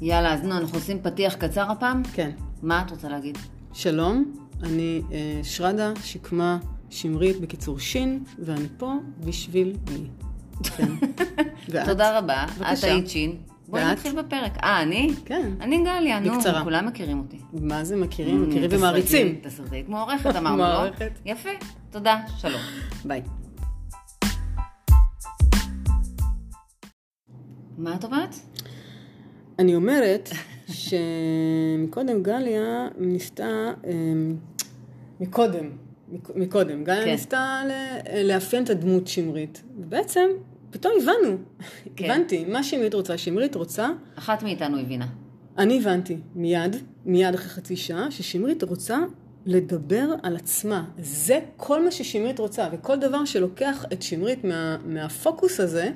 יאללה, אז נו, אנחנו עושים פתיח קצר הפעם? כן. מה את רוצה להגיד? שלום, אני אה, שרדה, שקמה, שמרית, בקיצור שין, ואני פה בשביל מי. כן. ואת? תודה רבה. בבקשה. את היית שין. בואי ואת? נתחיל בפרק. אה, אני? כן. אני גליה, נו, בקצרה. כולם מכירים אותי. מה זה מכירים? Mm, מכירים תסרטי- ומעריצים. תסרטאית מוערכת, אמרנו, לא? מוערכת. יפה, תודה, שלום. ביי. מה את אומרת? אני אומרת שמקודם גליה ניסתה, אמ, מקודם, מק- מקודם, גליה כן. ניסתה ל- לאפיין את הדמות שמרית. ובעצם, פתאום הבנו. כן. הבנתי, מה שמרית רוצה, שמרית רוצה, אחת מאיתנו הבינה. אני הבנתי מיד, מיד אחרי חצי שעה, ששמרית רוצה לדבר על עצמה. זה כל מה ששמרית רוצה, וכל דבר שלוקח את שמרית מה, מהפוקוס הזה,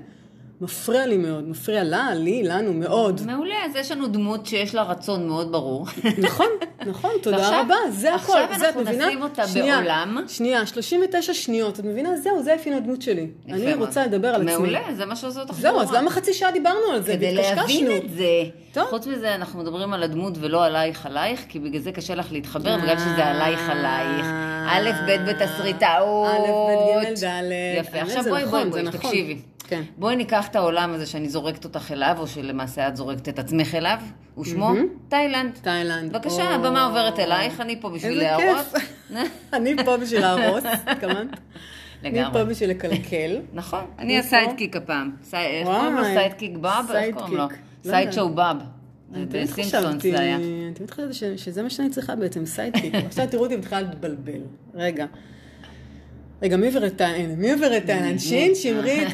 מפריע לי מאוד, מפריע לה, לי, לנו מאוד. מעולה, אז יש לנו דמות שיש לה רצון מאוד ברור. נכון, נכון, תודה ועכשיו- רבה, זה הכל. עכשיו זה, את אנחנו מבינה? נשים אותה שנייה, בעולם. שנייה, 39 שניות, את מבינה? זהו, זה אפיין הדמות שלי. יפה אני מאוד. רוצה לדבר על עצמי. מעולה, זה מה שעושה אותך זהו, אז גרועה. למה חצי שעה דיברנו על זה? כדי להבין והתקשקשנו? את זה. טוב. חוץ מזה, אנחנו מדברים על הדמות ולא עלייך עלייך, כי בגלל זה קשה לך אה. להתחבר, בגלל שזה עלייך עלייך. א', ב', בתסריטאות. א', ב', ג', ד'. יפה, האמת, עכשיו זה בואי, נכון, בואי, זה בואי, נכון. תקשיבי. כן. בואי ניקח את העולם הזה שאני זורקת אותך אליו, או שלמעשה את זורקת את עצמך אליו, ושמו תאילנד. תאילנד. בבקשה, או- הבמה עוברת אלייך, אני פה בשביל איזה להראות. כיף. אני פה בשביל להרוס, התכוונת? אני לגמרי. פה בשביל לקלקל. נכון, אני אני הסיידקיק הפעם. סי- איך וואי, קוראים לו סיידקיק בב? איך קוראים לו? סיידקיק. לא סייד שואו בב. אני תמיד בסימפסונס חשבתי, זה היה. אני תמיד חשבתי ש- שזה מה שאני צריכה בעצם, סיידקיק. עכשיו תראו אותי בכלל להתבלבל. רגע. רגע, מי עובר את העין? מי עובר את העין? שין, שמרית,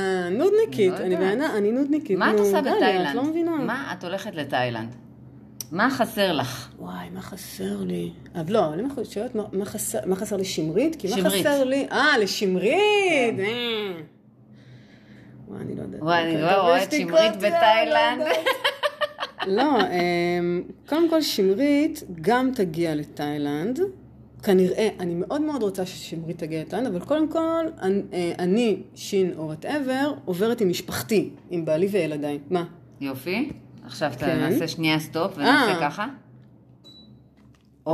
הנודניקית. לא אני יודעת. בעינה, אני נודניקית. מה את נו, עושה דליה, בתאילנד? את לא מבינה. מה את הולכת לתאילנד? מה חסר לך? וואי, מה חסר לי? אז לא, אני מח- שואלת מה- מה חסר- מה חסר לשמרית? כי מה שמרית. כן. חסר לי? אה, לשמרית! אה. וואי, אני לא יודעת. וואי, אני אוקיי, כבר טוב, רואה יש את לי שמרית קוטיה, בתאילנד. לא יודעת. לא, אמ, קודם כל שמרית גם תגיע לתאילנד. כנראה, אני מאוד מאוד רוצה ששמרית תגיע לתאילנד, אבל קודם כל, אני- אה, אני, שין או וואטאבר, עוברת עם משפחתי, עם בעלי וילדיי. מה? יופי. עכשיו ת- כן. נעשה שנייה סטופ ונעשה אה. ככה. אה,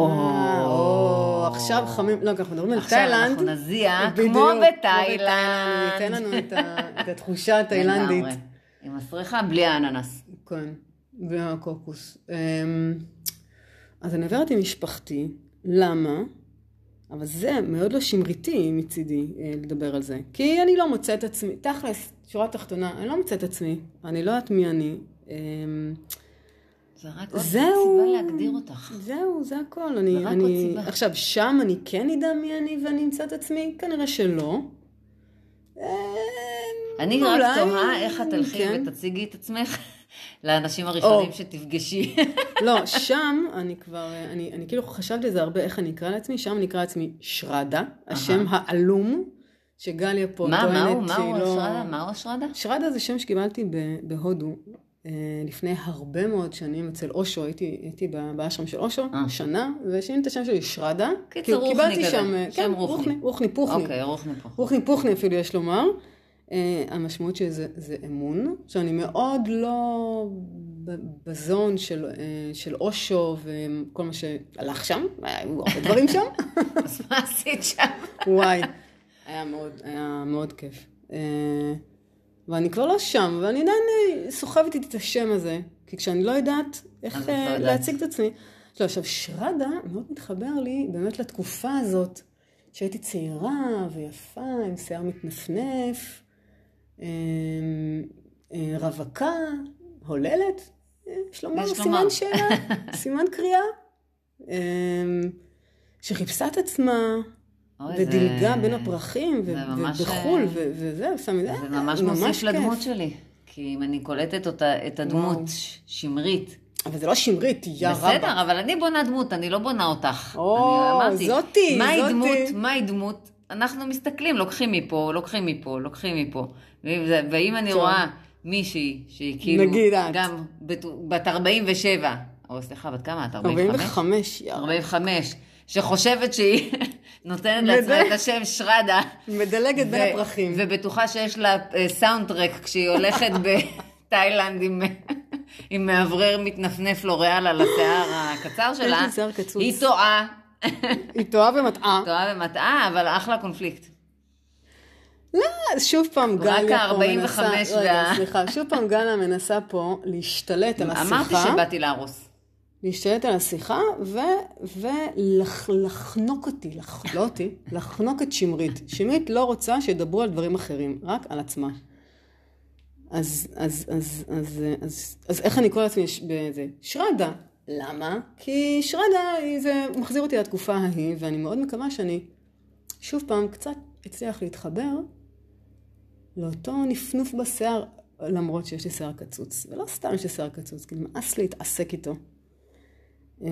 או, עכשיו חמים, לא, כי אנחנו מדברים על עכשיו תאילנד. אנחנו נזיע, בדיוק, כמו בתאילנד. תן לנו את ה- את התחושה התאילנדית. לגמרי. עם הסריחה בלי האננס. כן, והקוקוס. אמ, אז אני עוברת עם משפחתי, למה? אבל זה מאוד לא שמריתי מצידי אה, לדבר על זה. כי אני לא מוצאת את עצמי, תכלס, שורה תחתונה, אני לא מוצאת את עצמי, אני לא יודעת מי אני. אמ, זה רק עוד זהו. סיבה להגדיר אותך. זהו, זה הכל. אני, ורק עוד אני... סיבה. עכשיו, שם אני כן אדע מי אני ואני אמצא את עצמי? כנראה שלא. אה, אני אולי- רק תוהה איך את תלכי כן. ותציגי את עצמך לאנשים הראשונים שתפגשי. לא, שם אני כבר, אני, אני כאילו חשבתי על זה הרבה, איך אני אקרא לעצמי, שם אני אקרא לעצמי שרדה, השם העלום, שגליה פה מה, מה הוא? טוענת מה שהיא הוא לא... אשרדה? מה הוא אשרדה? שרדה זה שם שקיבלתי ב- בהודו אה, לפני הרבה מאוד שנים אצל אושו, הייתי, הייתי ב- באשרם של אושו, אה. שנה, ושיניתי את השם שלי שרדה. קיצור, כי רוחני קיבלתי כזה. שם, אה, שם כן, רוחני. רוחני, רוחני פוחני. אוקיי, רוחני פה. רוחני פוחני אפילו יש לומר. אה, המשמעות של זה זה אמון, שאני מאוד לא ב- בזון של, אה, של אושו וכל מה שהלך שם, היו הרבה דברים שם. אז מה עשית שם? וואי, היה מאוד, היה מאוד כיף. אה, ואני כבר לא שם, ואני עדיין אה, סוחבת איתי את השם הזה, כי כשאני לא יודעת אז את איך לא אה, יודעת. להציג את עצמי. לא, עכשיו, שרדה מאוד מתחבר לי באמת לתקופה הזאת, שהייתי צעירה ויפה, עם שיער מתנפנף, אה, אה, רווקה, הוללת, אה, יש לומר, יש סימן לומר. שאלה, סימן קריאה, אה, שחיפשה את עצמה. אוי, זה- ודילגה בין הפרחים, ו- זה ממש, ובחול, אה, ו- וזהו, שם את זה ממש מוסיף לדמות שלי. כי אם אני קולטת אותה, את הדמות וואו. ש- שמרית, אבל זה לא שמרית, יא רבא. בסדר, אבל אני בונה דמות, אני לא בונה אותך. או, אני אמרתי, זאתי, מהי זאתי. דמות, מהי דמות? אנחנו מסתכלים, לוקחים מפה, לוקחים מפה, לוקחים מפה. ואם זה- ואם אני טוב. רואה מישהי שהיא כאילו, נגיד את. גם בת- בת 47, או סליחה, בת כמה את? 45? 45, יא רבא. 45, שחושבת שהיא נותנת לעצמה וזה- את השם שרדה. מדלגת ו- בין הפרחים. ובטוחה שיש לה אה, סאונד טרק כשהיא הולכת בתאילנד עם עם מאוורר מתנפנף לוריאל על השיער הקצר יש שלה, לי שיער קצוץ. היא טועה. היא טועה ומטעה. טועה ומטעה, אבל אחלה קונפליקט. אה, אז שוב פעם גליה פה ה- מנסה... 45 רגע, וה- סליחה. שוב פעם גליה מנסה פה להשתלט על השיחה. אמרתי שבאתי להרוס. להשתלט על השיחה ולחנוק אותי, לח... לא אותי, לחנוק את שמרית. שמרית לא רוצה שידברו על דברים אחרים, רק על עצמה. אז, אז, אז, אז, אז, אז, אז איך אני קורא לעצמי ש- בזה? שרדה. למה? כי שרדה, היא- זה מחזיר אותי לתקופה ההיא, ואני מאוד מקווה שאני שוב פעם קצת אצליח להתחבר לאותו נפנוף בשיער, למרות שיש לי שיער קצוץ. ולא סתם יש לי שיער קצוץ, כי נמאס לי להתעסק איתו. אה,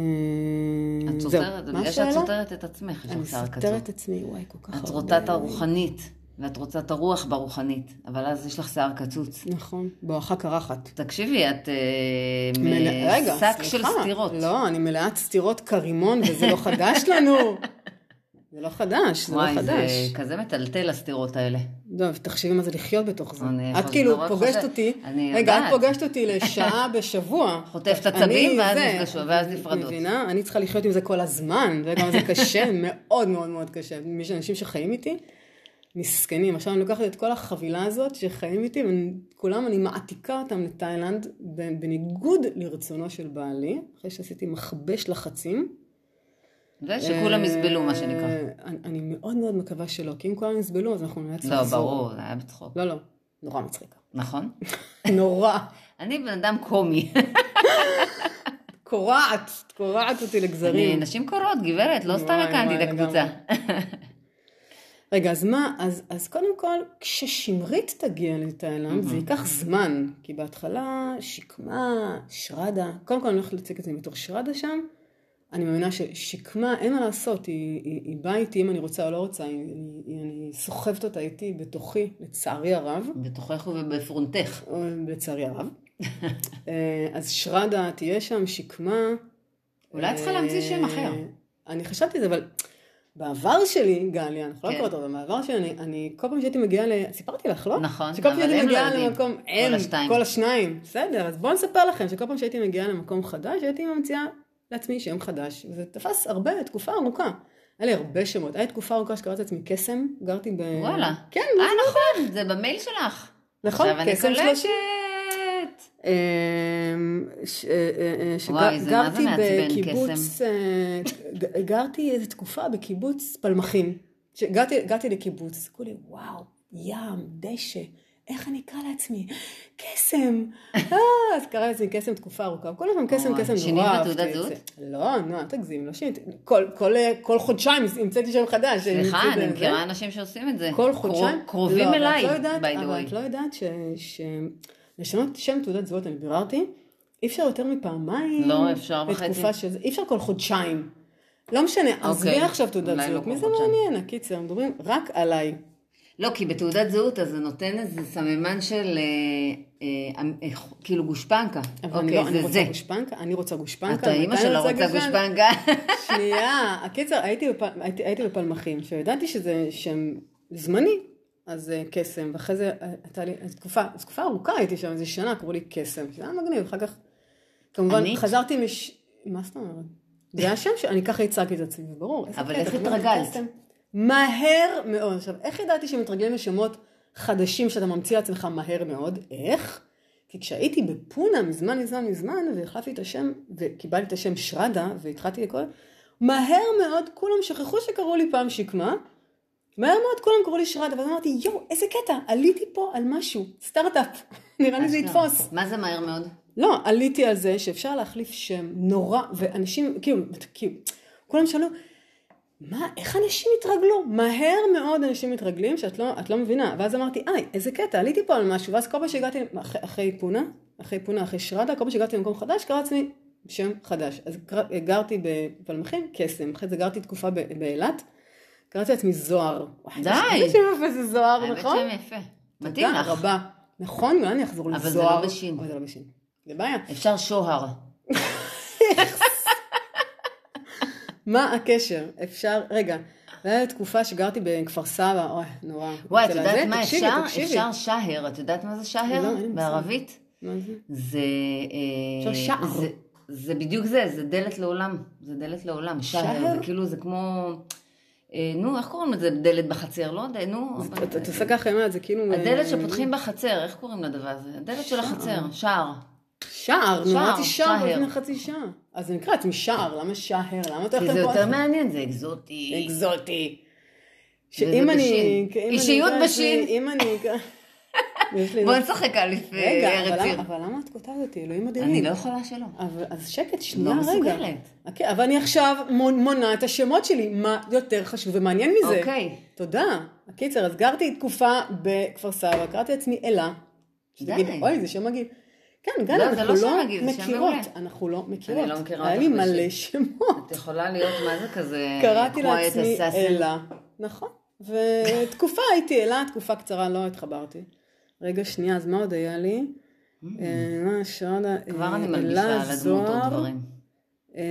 את זהו. סותרת, מה בגלל שאת השאלה? סותרת את עצמך, יש אני לך שיער קצר. סותרת את עצמי, וואי, כל כך הרבה. את רוצה את הרוחנית, ואת רוצה את הרוח ברוחנית, אבל אז יש לך שיער קצוץ. נכון, בואכה קרחת. תקשיבי, את אה, מ- מלא- רגע, שק של סליחה. סתירות. לא, אני מלאת סתירות כרימון, וזה לא חדש לנו. זה לא חדש, זה לא וואי, זה חדש. כזה מטלטל הסתירות האלה. טוב, לא, תחשבי מה זה לחיות בתוך זה. אני את חוזרת, כאילו חוזרת. פוגשת אותי, אני רגע, את יודעת. פוגשת אותי לשעה בשבוע. חוטפת אני עצבים, ואז זה. נפגשו, ואז נפרדות. מבינה? אני צריכה לחיות עם זה כל הזמן, וגם זה קשה, מאוד מאוד מאוד קשה. מי שאנשים שחיים איתי, מסכנים. עכשיו אני לוקחת את כל החבילה הזאת שחיים איתי, וכולם, אני מעתיקה אותם לתאילנד, ב- בניגוד לרצונו של בעלי, אחרי שעשיתי מכבש לחצים. זה שכולם יסבלו, מה שנקרא. אה, אני- אני מאוד מאוד מקווה שלא, כי אם כולם יסבלו, אז אנחנו נאלץ לא, לחזור. ברור, זה היה בצחוק. לא, לא. נורא מצחיקה. נכון? נורא. אני בן אדם קומי. קורעת, קורעת אותי אני לגזרים. נשים קורות, גברת, לא סתם וואי, הקמתי וואי, את הקבוצה. רגע, אז מה, אז, אז קודם כל, כששמרית תגיע לתאילנד, זה ייקח זמן, כי בהתחלה, שקמה, שרדה, קודם כל אני הולכת להציג את זה בתור שרדה שם, אני מאמינה ששקמה, אין מה לעשות, היא, היא, היא באה איתי אם אני רוצה או לא רוצה, היא, היא, היא, אני סוחבת אותה איתי בתוכי, לצערי הרב. בתוכך ובפרונטך. לצערי הרב. אה, אז שרדה תהיה שם, שקמה. אולי את צריכה להמציא שם אחר. אה, אני חשבתי את זה, אבל בעבר שלי, גליה, אנחנו לא כן. קוראות אותו, בעבר שלי, אני- אני כל פעם שהייתי מגיעה ל... סיפרתי לך, לא? נכון, שכל פעם אבל שהייתי הם לא מגיעה יודעים. למקום... כל הם, השתיים. כל השניים. בסדר, אז בואו נספר לכם שכל פעם שהייתי מגיעה למקום חדש, הייתי ממציאה לעצמי שם חדש. וזה תפס הרבה, תקופה ארוכה. היה לי הרבה שמות. הייתה תקופה ארוכה שקראתי לעצמי קסם, גרתי ב... וואלה. כן, אה, נכון, זה במייל שלך. נכון, עכשיו אני קסם שלושים. קולטת. אמ, ש- אה, אה, וואי, זה מה זה שגרתי מעצבן, בקיבוץ, אה, ג- גרתי איזו תקופה בקיבוץ פלמחים. כשהגעתי הגעתי לקיבוץ, כולי וואו, ים, דשא, איך אני אקרא לעצמי? קסם. אה, אז קרא לעצמי קסם תקופה ארוכה. כל הזמן קסם, וואי, קסם, נורא שינית אהבתי תעודת את זה. זהות? לא, נו, אל תגזים, לא שיניתי. כל- כל, אה, כל חודשיים המצאתי שם חדש. סליחה, המצאתי אני זה. מכירה אנשים שעושים את זה. אה, כל קרוב- חודשיים? קרובים לא, אליי, אבל את לא יודעת, by the אבל את way. לא יודעת ש... ש... לשנות שם תעודת זהות, אני ביררתי, אי אפשר יותר מפעמיים. לא, אפשר בתקופה וחצי. של... אי אפשר כל חודשיים. לא משנה, עזבי אוקיי, עכשיו תעודת אולי לא זהות, כל מי זה חודשיים. מעניין? הקיצר, מדברים רק עליי. לא, כי בתעודת זהות, אז זה נותן איזה סממן של אה, אה, אה, כאילו גושפנקה. אבל אני אוקיי, לא, אני זה רוצה זה. גושפנקה, אני רוצה גושפנקה. אתה אימא מתי אני שלא רוצה גושפנקה? גושפנקה. שנייה, הקיצר, הייתי, בפל, הייתי, הייתי בפלמחים, שידעתי שזה שם זמני, אז אה, קסם, ואחרי זה אה, הייתה לי אז תקופה, אז תקופה ארוכה הייתי שם, איזה שנה, קראו לי קסם, שזה היה מגניב, אחר כך, כמובן, ענית? חזרתי מש... מה זאת אומרת? זה היה שם שאני ככה הצעתי את עצמי, ברור. איזה אבל קטע, איך מה זה התרגלת? קסם? מהר מאוד. עכשיו, איך ידעתי שמתרגלים לשמות חדשים שאתה ממציא לעצמך מהר מאוד? איך? כי כשהייתי בפונה מזמן מזמן מזמן, והחלפתי את השם, וקיבלתי את השם שרדה, והתחלתי לקרוא, מהר מאוד כולם שכחו שקראו לי פעם שקמה, מהר מאוד כולם קראו לי שרדה, ואז אמרתי, יואו, איזה קטע, עליתי פה על משהו, סטארט-אפ, נראה לי זה יתפוס. אה, מה זה מהר מאוד? לא, עליתי על זה שאפשר להחליף שם נורא, ואנשים, כאילו, כאילו, כולם שאלו, מה, איך אנשים התרגלו? מהר מאוד אנשים מתרגלים שאת לא, את לא מבינה. ואז אמרתי, איי, איזה קטע, עליתי פה על משהו, ואז כל פעם שהגעתי, אחרי, אחרי פונה, אחרי פונה, אחרי שרדה, כל פעם שהגעתי למקום חדש, קרא לעצמי שם חדש. אז קרא- גרתי בפלמחים, קסם, אחרי זה גרתי תקופה ב- באילת, קראתי לעצמי זוהר. וואי, די. איזה שם יפה זה זוהר, האמת נכון? שהם יפה. מתאים תודה לך. רבה. נכון, אולי אני אחזור אבל זה לזוהר. לא בשין. אבל זה לא בשין. זה בעיה. אפשר שוהר. מה הקשר? אפשר, רגע, הייתה תקופה שגרתי בכפר סבא, אוי, נורא. וואי, את אצל יודעת הזה, מה תקשיבי, אפשר? תקשיבי. אפשר שהר. את יודעת מה זה לא, שהר? אין לי מושג. בערבית? מה זה? זה... אה, אפשר שער. זה, זה בדיוק זה, זה דלת לעולם. זה דלת לעולם. שער? שער? זה כאילו, זה כמו... אה, נו, איך קוראים לזה? דלת בחצר? לא יודע, נו. זה- אבל- אתה אתה עושה ככה עם היד, זה כאילו... הדלת אה, שפותחים בחצר, איך קוראים לדבר הזה? הדלת של שער. החצר, שער. שער, נו, שער, אמרתי שער שער. לפני חצי שעה. אז זה נקרא לעצמי שער, למה שער? למה אתה כי הולך זה לפה? יותר מעניין, זה אקזוטי. אקזוטי. וזה שאם אני... בשין. אם אני אישיות אקרא את זה, בשין. אם אני... אקרא- יש לי- לא- בוא נשחק אליף רגע, אה, אבל ארץ עיר. למה- אבל למה את קוטעת אותי? אלוהים אדירים. אני לא יכולה שלא. אבל, אז שקט, שנייה, לא רגע. מסוגלת. אוקיי, אבל אני עכשיו מונ- מונה את השמות שלי, מה יותר חשוב ומעניין מזה. אוקיי. תודה. הקיצר, אז גרתי תקופה בכפר סבא, קראתי לעצמי אלה. שתגיד, די. אוי, זה שם מגעיל. כן, גל, לא, זה אנחנו לא שם לא מגעיל, זה שם מכירות. מעולה. אנחנו לא מכירות. לא מכירה היה לי אותך מלא בשם. שמות. את יכולה להיות, מה זה כזה? קראתי כמו את לעצמי הסאסי? אלה. נכון. ותקופה הייתי אלה, תקופה קצרה לא התחברתי. רגע, שנייה, אז מה עוד היה לי? אה, מה, שרדה, Mm. כבר אה, אני אלה מלבישה על הדמות עוד זוהר. דברים. אה,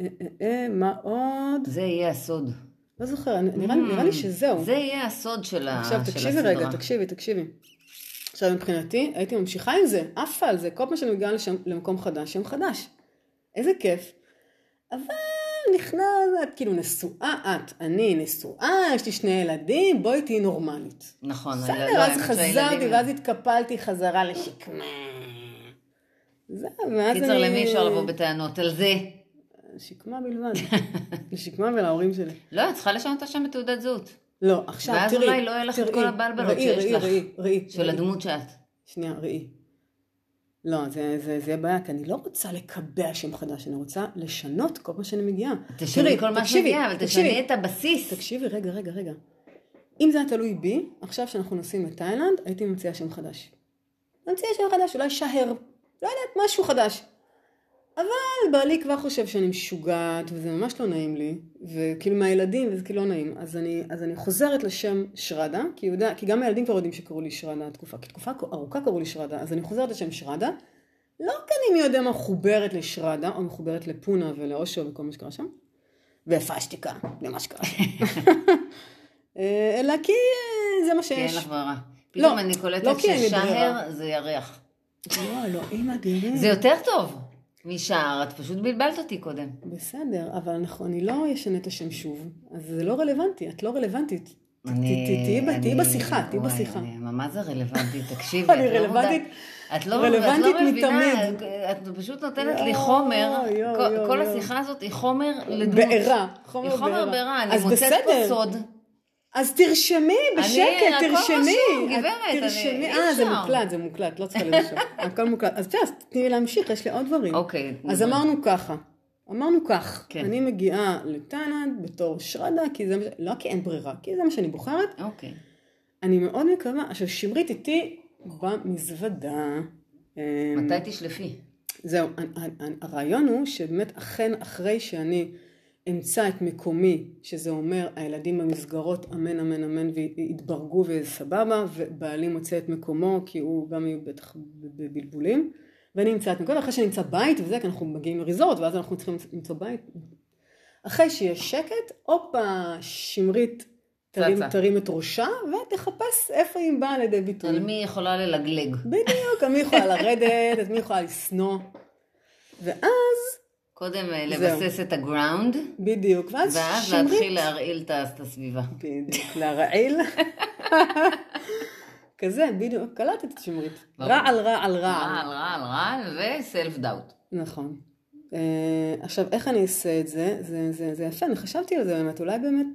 אה, אה, אה, מה עוד? זה יהיה הסוד. לא זוכר, אני- נראה לי- נראה לי שזהו. Mm. זה יהיה הסוד של ה- של עכשיו הסדרה. תקשיבי רגע, תקשיבי, תקשיבי. עכשיו מבחינתי, הייתי ממשיכה עם זה, עפה על זה, כל פעם שאני מגיעה לשם, למקום חדש, שם חדש. איזה כיף. אבל נכנעת, את כאילו נשואה את, אני נשואה, יש לי שני ילדים, בואי תהיי נורמלית. נכון. בסדר, לא, אז האמת חזרתי, שהילדים- ואז התקפלתי חזרה לשקמה. זהו, ואז אני... קיצר, למי אפשר לבוא בטענות על זה? שקמה בלבד. לשקמה ולהורים שלי. לא, את צריכה לשנות את השם בתעודת זהות. לא, עכשיו ואז תראי. אולי לא יהיה לך את תראי, כל הבלבלות ראי, שיש ראי, לך. ראי, ראי. של הדמות שאת. שנייה, ראי. לא, זה, זה, זה יהיה בעיה, כי אני לא רוצה לקבע שם חדש, אני רוצה לשנות כל פעם שאני מגיעה. תשני תראי, כל מה תקשיבי, שמגיע, אבל תקשיבי, תשני את הבסיס. תקשיבי, רגע, רגע, רגע. אם זה היה תלוי בי, עכשיו שאנחנו נוסעים לתאילנד, הייתי ממציאה שם חדש. ממציאה שם חדש, אולי שהר. לא יודעת, משהו חדש. אבל בעלי כבר חושב שאני משוגעת, וזה ממש לא נעים לי, וכאילו מהילדים, וזה כאילו לא נעים. אז אני, אז אני חוזרת לשם שרדה, כי, יודע, כי גם הילדים כבר יודעים שקראו לי שרדה התקופה, כי תקופה ארוכה קראו לי שרדה, אז אני חוזרת לשם שרדה, לא כי אני מי יודע מה מחוברת לשרדה, או מחוברת לפונה ולאושו וכל מה שקרה שם, והפשטיקה, זה מה שקרה שם. אה, אלא כי אה, זה מה כי אין שיש. לך ברירה. פתאום אני לא קולטת כי אין לי ברירה. ששהר זה ירח. לא, אלוהים אדירים. זה יותר טוב משער, את פשוט בלבלת אותי קודם. בסדר, אבל אנחנו, אני לא אשנה את השם שוב, אז זה לא רלוונטי, את לא רלוונטית. כן, ת- אני- ת- תהיי ב- תהיי אני- בשיחה, תהיי וואי, בשיחה. אני ממש זה רלוונטית, תקשיבי. את אני לא רלוונטית- מודעת- את לא את לא רלוונטית מבינה, את פשוט נותנת לי יואו, חומר, יואו, כל- יואו, כל יואו. השיחה הזאת היא חומר לדמות. בעירה. היא חומר בעירה, אני אז מוצאת פה בסדר. סוד. אז תרשמי בשקט, הכל תרשמי. רשום, את גברת, אני- תרשמי. אי אה, זה אפשר. מוקלט, זה מוקלט, לא צריכה לרשום. הכל מוקלט. אז בסדר, אז תני לי להמשיך, יש לי עוד דברים. אוקיי. אז אמרנו ככה. אמרנו כך, כן. אני מגיעה לתאילנד בתור שרדה, כי זה מה ש... לא כי אין ברירה, כי זה מה שאני בוחרת. אוקיי. אני מאוד מקווה, עכשיו שמרית איתי במזוודה. אה, מתי תשלפי? זהו, ה- ה- ה- הרעיון הוא שבאמת אכן אחרי שאני אמצא את מקומי, שזה אומר הילדים במסגרות אמן אמן אמן ויתברגו וסבבה, ובעלי מוצא את מקומו כי הוא גם יהיה בטח בבלבולים, ואני אמצא את מקומי, אחרי שאני אמצא בית וזה, כי אנחנו מגיעים לריזורט ואז אנחנו צריכים למצוא בית. אחרי שיהיה שקט, הופה, שמרית תרים, צצה. תרים את ראשה ותחפש איפה היא באה לידי ביטוי. על מי היא יכולה ללגלג? בדיוק, על מי יכולה לרדת, את מי יכולה לשנוא. ואז, קודם אה, זהו. לבסס את הגראונד, בדיוק, ואז ואז שמרית. להתחיל להרעיל את ה- את הסביבה. בדיוק, להרעיל. כזה, בדיוק, קלטת את שמרית. ברור. רעל, רעל, רעל. רעל, רעל, רעל, וסלף דאוט. נכון. אה, עכשיו, איך אני אעשה את זה? זה, זה, זה יפה, אני חשבתי על זה באמת, אולי באמת...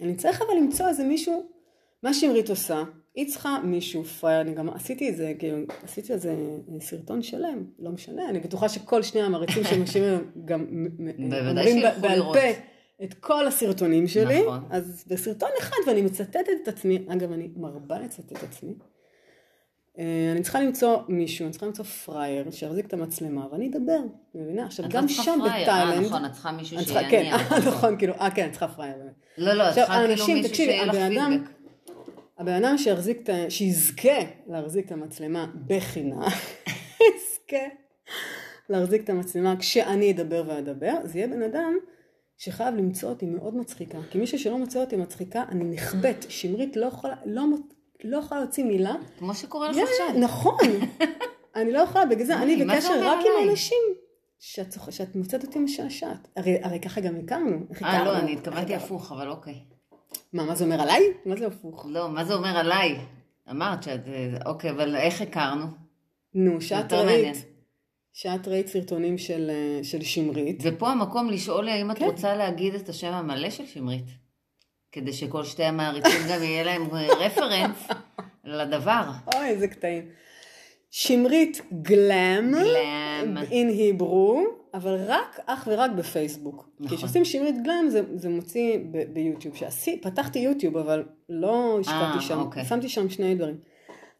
אני צריך אבל למצוא איזה מישהו... מה שמרית עושה, היא צריכה מישהו פראייר, אני גם עשיתי את זה, כאילו, עשיתי על זה סרטון שלם, לא משנה, אני בטוחה שכל שני המעריצים של נשים היום גם מ- מ- בוודאי אומרים ב- שילכו בעל לראות. פה את כל הסרטונים שלי, נכון. אז בסרטון אחד, ואני מצטטת את עצמי, אגב, אני מרבה לצטט את עצמי, אה, אני צריכה למצוא מישהו, אני צריכה למצוא פראייר שיחזיק את המצלמה ואני אדבר, מבינה? עכשיו את לא גם צריכה שם פראייר. בתאילנד, אה, נכון, את צריכה מישהו אני צריכה, כן, שיניע. אה, נכון, כאילו, אה כן, אני צריכה פראייר. באמת. לא, לא, את עכשיו, צריכה כאילו האנשים, מישהו תקשיבי, שיהיה לך הבן אדם- פידבק. הבן אדם שיחזיק את ה... שיזכה להחזיק את המצלמה בחינם, יזכה להחזיק את המצלמה כשאני אדבר ואדבר, זה יהיה בן אדם שחייב למצוא אותי מאוד מצחיקה. כי מישהו שלא מוצא אותי מצחיקה, אני נחבאת. שמרית לא יכולה, לא, מוצ- לא יכולה להוציא מילה. כמו שקורה לך כן, עכשיו. נכון. אני לא יכולה, בגלל זה אני מה זה בקשר אומר רק עם עליי? אנשים. שאת, צוח- שאת מוצאת אותי משעשעת. הרי, הרי ככה גם הכרנו. איך אה, לא, הכרנו? אני איך התכוונתי הכרנו? הפוך, אבל אוקיי. מה, מה זה אומר עליי? מה זה הפוך? לא, מה זה אומר עליי? אמרת שאת... אה, אוקיי, אבל איך הכרנו? נו, שאת יותר ראית, מעניין. שאת ראית סרטונים של, אה, של שמרית. זה פה המקום לשאול האם את כן. רוצה להגיד את השם המלא של שמרית. כדי שכל שתי המעריצים גם יהיה להם אה, רפרנס לדבר. אוי, איזה קטעים. שמרית גלם, גלם. in Hebrew, אבל רק, אך ורק בפייסבוק. נכון. כי נכון. כשעושים שמרית גלם זה, זה מוציא ב- ביוטיוב. שעשי, פתחתי יוטיוב, אבל לא השקעתי אה, שם, אוקיי. שמתי שם שני דברים.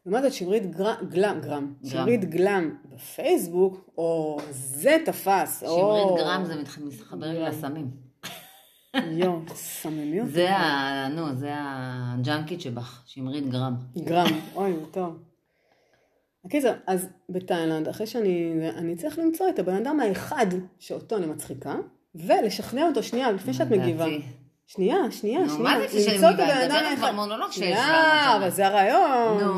לעומת זאת, שמרית גר... גלם, גרם, גרם. שמרית גלם בפייסבוק, או זה תפס, או... אה. שמרית גרם זה מתח- מתחבר לי גרם. לסמים. יואו, סממיות. זה ה... נו, זה הג'אנקית שבך, שמרית גרם. גרם, אוי, הוא טוב. הקיצור, אז בתאילנד, אחרי שאני... אני צריך למצוא את הבן אדם האחד שאותו אני מצחיקה, ולשכנע אותו שנייה, לפני שאת מגיבה. לדעתי. שנייה, שנייה, נו, שנייה. מה זה כשאני למצוא את מגיבה? הבן את אדם מדברת כבר האחד. מונולוג שיש שנייה, לנו. אבל זה הרעיון. נו.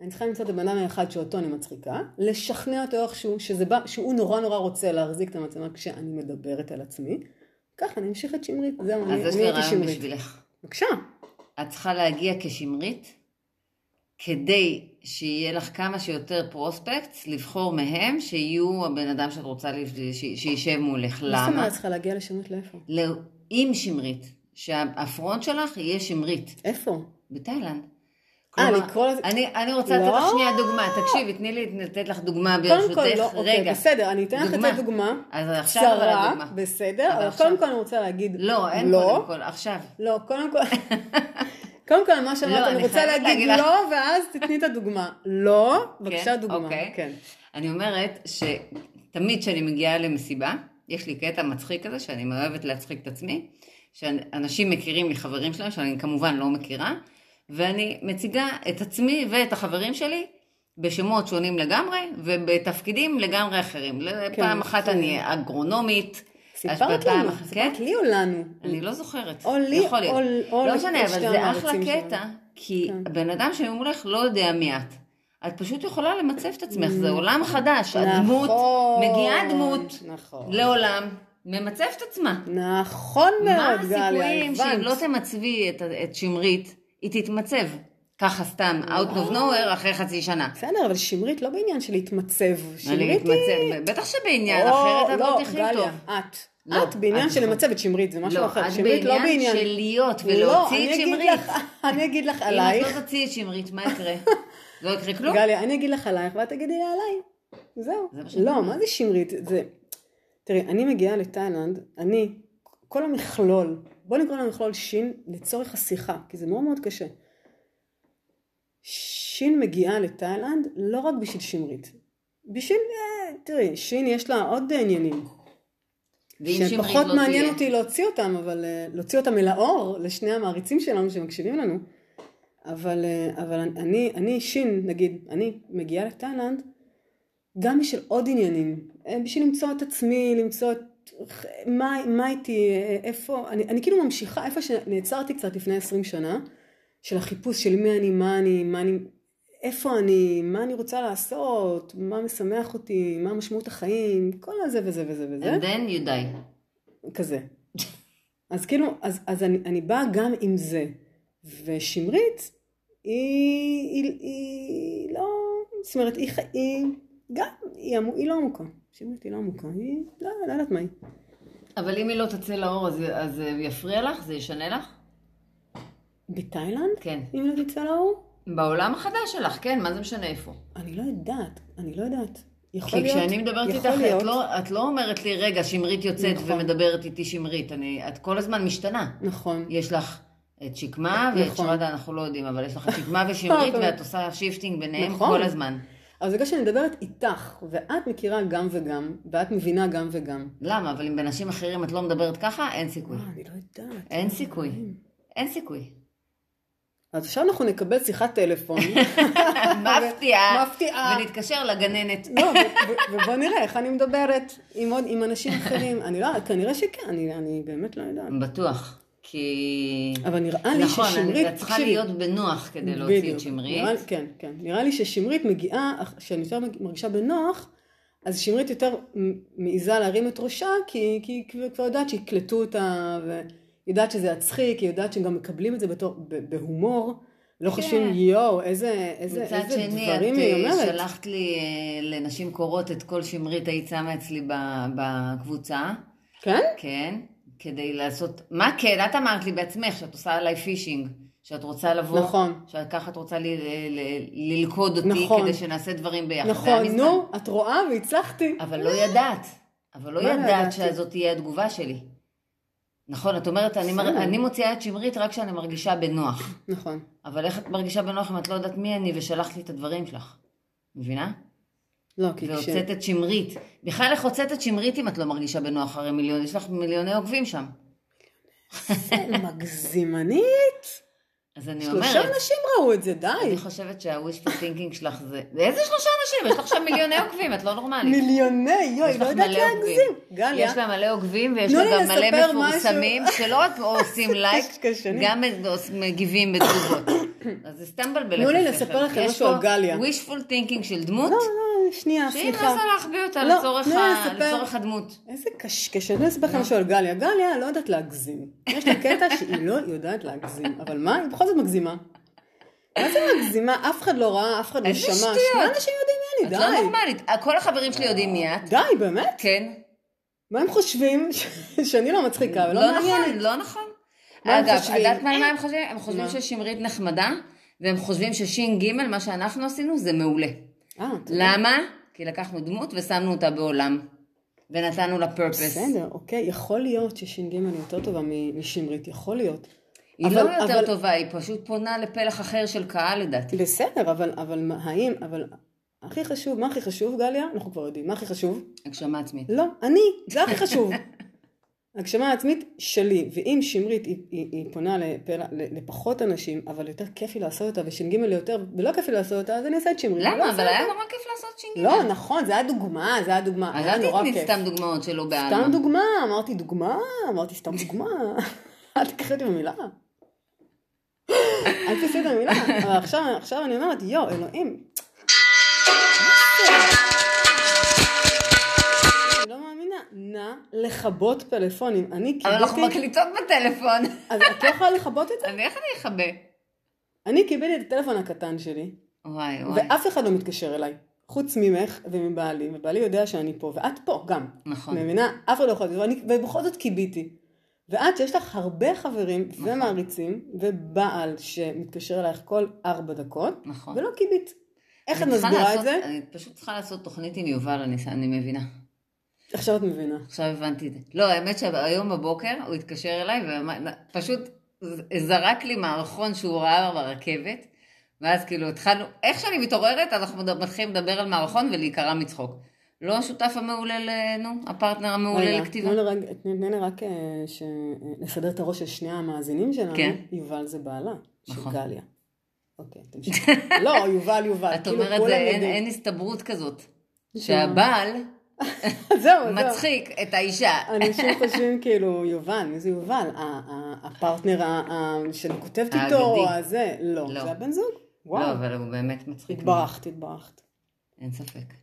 אני צריכה למצוא את הבן אדם האחד שאותו אני מצחיקה, לשכנע אותו איכשהו, שזה בא, שהוא נורא נורא רוצה להחזיק את המצלמה כשאני מדברת על עצמי. ככה אני אמשיך את שמרית, זהו, אני אז יש אני לי הייתי רעיון שמרית. בשבילך. בבקשה. את צריכה להגיע כשמרית, כדי שיהיה לך כמה שיותר פרוספקטס, לבחור מהם שיהיו הבן אדם שאת רוצה לפ- ש- שישב מולך. מה זאת למה? אומרת צריכה להגיע לשמרית לאיפה? לא- עם שמרית, שהפרונט שלך יהיה שמרית, איפה? בתאילנד. אה, כלומר, לקרוא לזה... אני, אני רוצה לתת לך לא. שנייה דוגמה, תקשיבי, תני לי לתת לך דוגמה קודם ברשותך. כל, לא, אוקיי, רגע. בסדר, אני אתן לך את דוגמה. הדוגמה. אז עכשיו אבל קצרה, הדוגמה. בסדר, אבל אבל עכשיו- קודם כל אני רוצה להגיד לא, אין לא. קודם כל, עכשיו. לא, קודם כל, קודם כל, מה שאמרת, לא, אני אני רוצה חייבת להגיד להגיד לך. לא, ואז תתני את הדוגמה. לא, בבקשה דוגמה. אוקיי. כן. אני אומרת שתמיד כשאני מגיעה למסיבה, יש לי קטע מצחיק כזה, שאני מאוהבת להצחיק את עצמי, שאנשים מכירים לי חברים שלהם, שאני כמובן לא מכירה, ואני מציגה את עצמי ואת החברים שלי בשמות שונים לגמרי, ובתפקידים לגמרי אחרים. פעם אחת כן. אני אגרונומית. אז סיפרת בפעם לנו, אחת- כן? סיפרת לי או לנו? אני לא זוכרת. או לי, יכול להיות. או- או לא לי, משנה, או אבל שתי זה אחלה המעריצים קטע, כי כן. הבן אדם שמולך לא יודע מי את. את פשוט יכולה למצב את עצמך, זה עולם חדש. הדמות, Mm. נכון, מגיעה דמות נכון. לעולם, ממצבת עצמה. נכון מה מאוד, גליה, הסיכויים שאם לא הבנת. תמצבי את- את שמרית, היא תתמצב. ככה סתם, out of nowhere, אחרי חצי שנה. בסדר, אבל שמרית לא בעניין של להתמצב. אני שמרית היא... מתמצב, בטח שבעניין, או, אחרת את לא גליה, תחי טוב. את. לא, את בעניין את של נכון. למצב את שמרית, זה משהו לא, אחר. את שמרית לא בעניין בעניין. של להיות לא, ולהוציא את אני אגיד שמרית. לך- אני אגיד לך אם את עלייך. לא תוציאי את שמרית, מה יקרה? לא יקרה כלום? גליה, אני אגיד לך עלייך ואת תגידי לי עליי. זהו. זה מה שאני לא, אומרת. מה זה שמרית? זה... תראי, אני מגיעה לתאילנד, אני, כל המכלול, בוא נקרא למכלול שין לצורך השיחה, כי זה מאוד מאוד קשה. שין מגיעה לתאילנד לא רק בשביל שמרית. בשביל, אה, תראי, שין יש לה עוד עניינים. ואם שמרית שפחות לא מעניין תהיה? אותי להוציא אותם, אבל אה, להוציא אותם אל האור, לשני המעריצים שלנו שמקשיבים לנו. אבל, אה, אבל אני, אני שין, נגיד, אני מגיעה לתאילנד, גם בשביל עוד עניינים, אה, בשביל למצוא את עצמי, למצוא את... מה, מה איתי, אה, איפה, אני, אני כאילו ממשיכה איפה שנעצרתי קצת לפני 20 שנה, של החיפוש של מי אני, מה אני, מה אני, איפה אני, מה אני רוצה לעשות, מה משמח אותי, מה משמעות החיים, כל הזה וזה וזה וזה. And then you die. כזה. אז כאילו, אז, אז אני, אני באה גם עם זה. ושמרית, היא, היא, היא לא, זאת אומרת, היא, ח- היא גם, היא, עמו, היא לא עמוקה. שמרית היא לא עמוקה, היא לא, לא יודעת מה היא. אבל אם היא לא תצא לאור, אז- אז אה, יפריע לך? זה ישנה לך? בתאילנד? כן. אם לא תצא לאור? בעולם החדש שלך, כן, מה זה משנה איפה? אני לא יודעת, אני לא יודעת. יכול כי להיות, כשאני מדברת יכול איתך, את להיות. לא- את לא אומרת לי, רגע, שמרית יוצאת נכון. ומדברת איתי שמרית. אני- את כל הזמן משתנה. נכון. יש לך את שקמה, ואת נכון. שרדה אנחנו לא יודעים, אבל יש לך את שקמה ושמרית, אבל- ואת עושה שיפטינג ביניהם נכון. כל הזמן. אבל זה בגלל שאני מדברת איתך, ואת מכירה גם וגם, ואת מבינה גם וגם. למה? אבל אם באנשים אחרים את לא מדברת ככה, אין סיכוי. וואו, אני לא יודעת. אין סיכוי. אין סיכוי. אז עכשיו אנחנו נקבל שיחת טלפון. מפתיעה. מפתיעה. ונתקשר לגננת. לא, ו- ו- ובוא נראה איך אני מדברת עם עוד, עם אנשים אחרים. אני לא, כנראה שכן, אני, אני באמת לא יודעת. בטוח. כי... אבל נראה לי נכון, ששמרית... נכון, את צריכה תקשיבי, להיות בנוח כדי להוציא בדיוק. את שמרית. נראה, לי- כן, כן. נראה לי ששמרית מגיעה, אך- כשאני יותר מרגישה בנוח, אז שמרית יותר מ- מעיזה להרים את ראשה, כי, כי היא כבר- כבר יודעת שיקלטו אותה, והיא יודעת שזה יצחיק, היא יודעת שהם גם מקבלים את זה בתור, ב- בהומור. לא כן. חושבים, יואו, איזה, איזה, מצד איזה שני, דברים את היא אה, אומרת. שלחת לי אה, לנשים קוראות את כל שמרית היית שמה אצלי ב- בקבוצה, כן? כן, כדי לעשות, מה כן, את אמרת לי בעצמך שאת עושה עליי פישינג, שאת רוצה לבוא, נכון. שככה את רוצה ל- ל- ל- ללכוד אותי, נכון. כדי שנעשה דברים ביחד. זה נכון, היה מזמן. נו, את רואה והצלחתי. אבל לא ידעת, אבל לא מה לא ידעת ידעתי? שזאת תהיה התגובה שלי. נכון, את אומרת, אני, מר... בסדר. אני מוציאה את שמרית רק כשאני מרגישה בנוח. נכון. אבל איך את מרגישה בנוח אם את לא יודעת מי אני ושלחת לי את הדברים שלך? מבינה? לא, כי כש... והוצאת את שמרית. בכלל איך הוצאת את שמרית אם את לא מרגישה בנוח הרי מיליון, יש לך מיליוני עוקבים שם. זה מגזימנית. אז אני שלושה אומרת, אנשים ראו את זה, אני די. חושבת שה-wishful thinking שלך זה... איזה שלושה אנשים? יש לך שם מיליוני עוקבים, את לא נורמלית. מיליוני, יואי, יש לא לך יודעת מלא להגזים. עוקבים. גליה, יש לה מלא עוקבים ויש לה תנו לי גם מלא לספר מפורסמים, שלא רק עושים לייק, קשקשנים. גם מגיבים בתגובות. אז זה סתם בלבל. תנו לי את השכל. לספר לכם יש משהו פה על גליה. wishful thinking של דמות, לא, לא, שנייה, שהיא סליחה. מנסה להחביא אותה לא, לצורך תנו לי ה- לספר. לצורך הדמות. איזה קשקשן, אני אה? אספר לכם משהו על גליה. גליה לא יודעת להגזים. יש לה קטע שהיא לא יודעת להגזים, אבל מה, היא בכל זאת מגזימה. מה זה מגזימה? אף אחד לא ראה, אף אחד לא איזה שמע. שטויות. שני אנשים יודעים את מי לא אני, די. נורמלית. כל החברים שלי יודעים מי את. די, באמת? כן. מה הם חושבים? ש- שאני לא מצחיקה ולא לא מעניינת. נכון, לא נכון. מה הם אגב, את חושבים? יודעת מה מה הם חושבים? הם חושבים אה. מה? ששמרית נחמדה, והם חושבים שש"ג, מה שאנחנו עשינו, זה מעולה. אה, אתה יודע. למה? כי לקחנו דמות ושמנו אותה בעולם. ונתנו לה פרפס. בסדר, אוקיי, יכול להיות שש"ג היא יותר טובה מ- משמרית, יכול להיות. היא אבל- לא יותר אבל- טובה, היא פשוט פונה לפלח אחר של קהל לדעתי. בסדר, אבל, אבל מה- האם, אבל הכי חשוב, מה הכי חשוב, גליה? אנחנו כבר יודעים, מה הכי חשוב? הגשמה עצמית. לא, אני, זה הכי חשוב. הגשמה העצמית שלי, ואם שמרית היא, היא, היא פונה לפל, ל- לפחות אנשים, אבל יותר כיף לי לעשות אותה, וש"ג ליותר, ולא כיף לי לעשות אותה, אז אני אעשה את שמרית. אני לא למה? אעשה אבל היה אותה. נורא כיף לעשות ש"ג. לא, נכון, זה היה דוגמה, זה היה דוגמה. אז היה אל נורא תתני כיף. סתם דוגמאות שלא בעלמא. סתם דוגמה, אמרתי דוגמה, אמרתי סתם דוגמה. אל תקחי אותי במילה. אל תעשי את המילה. אבל עכשיו, עכשיו אני אומרת, יואו, אלוהים. אני לא מאמינה, נא לכבות פלאפונים. אני אבל אנחנו קיבלתי... מקליטות בטלפון. אז את לא יכולה לכבות את זה? אז איך אני אכבה? אני קיבלתי את הטלפון הקטן שלי, וואי וואי. ואף אחד לא מתקשר אליי. חוץ ממך ומבעלי, ובעלי יודע שאני פה, ואת פה גם. נכון. מבינה? אף אחד לא יכול, ואני- ובכל זאת קיביתי. ואת, שיש לך הרבה חברים נכון. ומעריצים, ובעל שמתקשר אלייך כל ארבע דקות, נכון. ולא קיבית. איך את אני צריכה מסבירה את לעשות- זה? אני פשוט צריכה לעשות תוכנית עם יובל, אני אני מבינה. עכשיו את מבינה. עכשיו הבנתי את זה. לא, האמת שהיום בבוקר הוא התקשר אליי ופשוט זרק לי מערכון שהוא ראה ברכבת, ואז כאילו התחלנו, איך שאני מתעוררת, אנחנו מד- מתחילים לדבר על מערכון ולהיקרע מצחוק. לא השותף המעולה, ל- נו, הפרטנר המעולה רגע, לכתיבה. תנו לי רק- תני לי רק אה, ש- אה, לסדר את הראש של שני המאזינים שלנו. כן. יובל זה בעלה, של נכון. גליה. אוקיי, תמשיכי. לא, יובל, יובל. את כאילו, אומרת, כולם זה, אין- יודעים. אין הסתברות כזאת. נשמע. שהבעל לא, זהו, זהו. מצחיק את האישה. אנשים חושבים כאילו, יובל, מי זה יובל? ה- ה- הפרטנר ה- ה- שאני כותבת האגדי. איתו, או הזה, לא, לא. זה הבן זוג? לא, וואו, אבל הוא באמת מצחיק. התברכת, התברכת. אין ספק.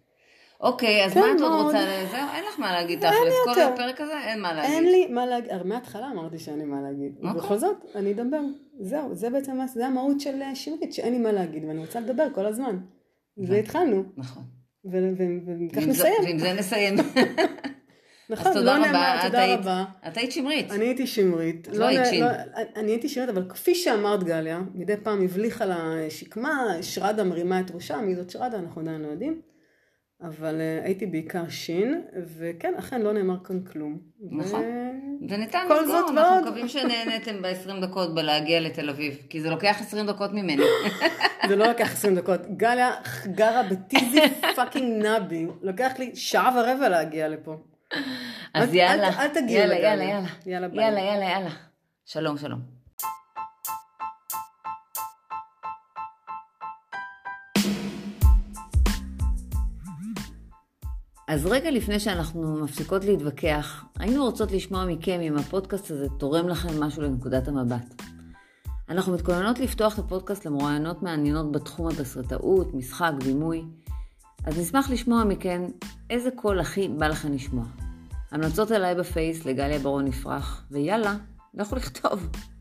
אוקיי, אז כן, מה את עוד מאוד. לא, רוצה? זהו, אין לך מה להגיד אין תכלס. לי כל יותר. הפרק הזה, אין מה להגיד. אין לי מה להגיד, הרי מההתחלה אמרתי שאין לי מה להגיד, אוקיי. ובכל זאת, אני אדבר. זהו, זה בעצם, מה- זה המהות של אה, שמרית, שאין לי מה להגיד, ואני רוצה לדבר כל הזמן. והתחלנו, נכון. ו- ו- וכך ועם זה- נסיים. ועם זה נסיים. נכון, אז לא תודה נאמר, רבה, את תודה היית- רבה. את היית שמרית. אני הייתי שמרית. לא היית נ- שין. אני הייתי שמרית, אבל כפי שאמרת גליה, מדי פעם הבליחה לה שקמה, שרדה מרימה את ראשה, מי זאת שרדה, אנחנו עדיין לא יודעים. אבל אה, הייתי בעיקר שין, וכן, אכן לא נאמר כאן כלום. נכון. וניתן כל לסגור, זאת אנחנו ועוד. מקווים שנהניתם ב-20 דקות בלהגיע לתל אביב, כי זה לוקח 20 דקות ממני. זה לא לקח 20 דקות. גליה גרה בטיזי פאקינג נבי. לוקח לי שעה ורבע להגיע לפה. אל- אז אל- יאללה. אל תגיעו יאללה, לגמרי. יאללה, יאללה. יאללה, ביי. יאללה, יאללה, יאללה. שלום, שלום. אז רגע לפני שאנחנו מפסיקות להתווכח, היינו רוצות לשמוע מכם אם הפודקאסט הזה תורם לכם משהו לנקודת המבט. אנחנו מתכוננות לפתוח את הפודקאסט למרואיינות מעניינות בתחום התסריטאות, משחק, דימוי, אז נשמח לשמוע מכן איזה קול הכי בא לכן לשמוע. המלצות אליי בפייס לגליה ברון יפרח, ויאללה, לכו לכתוב.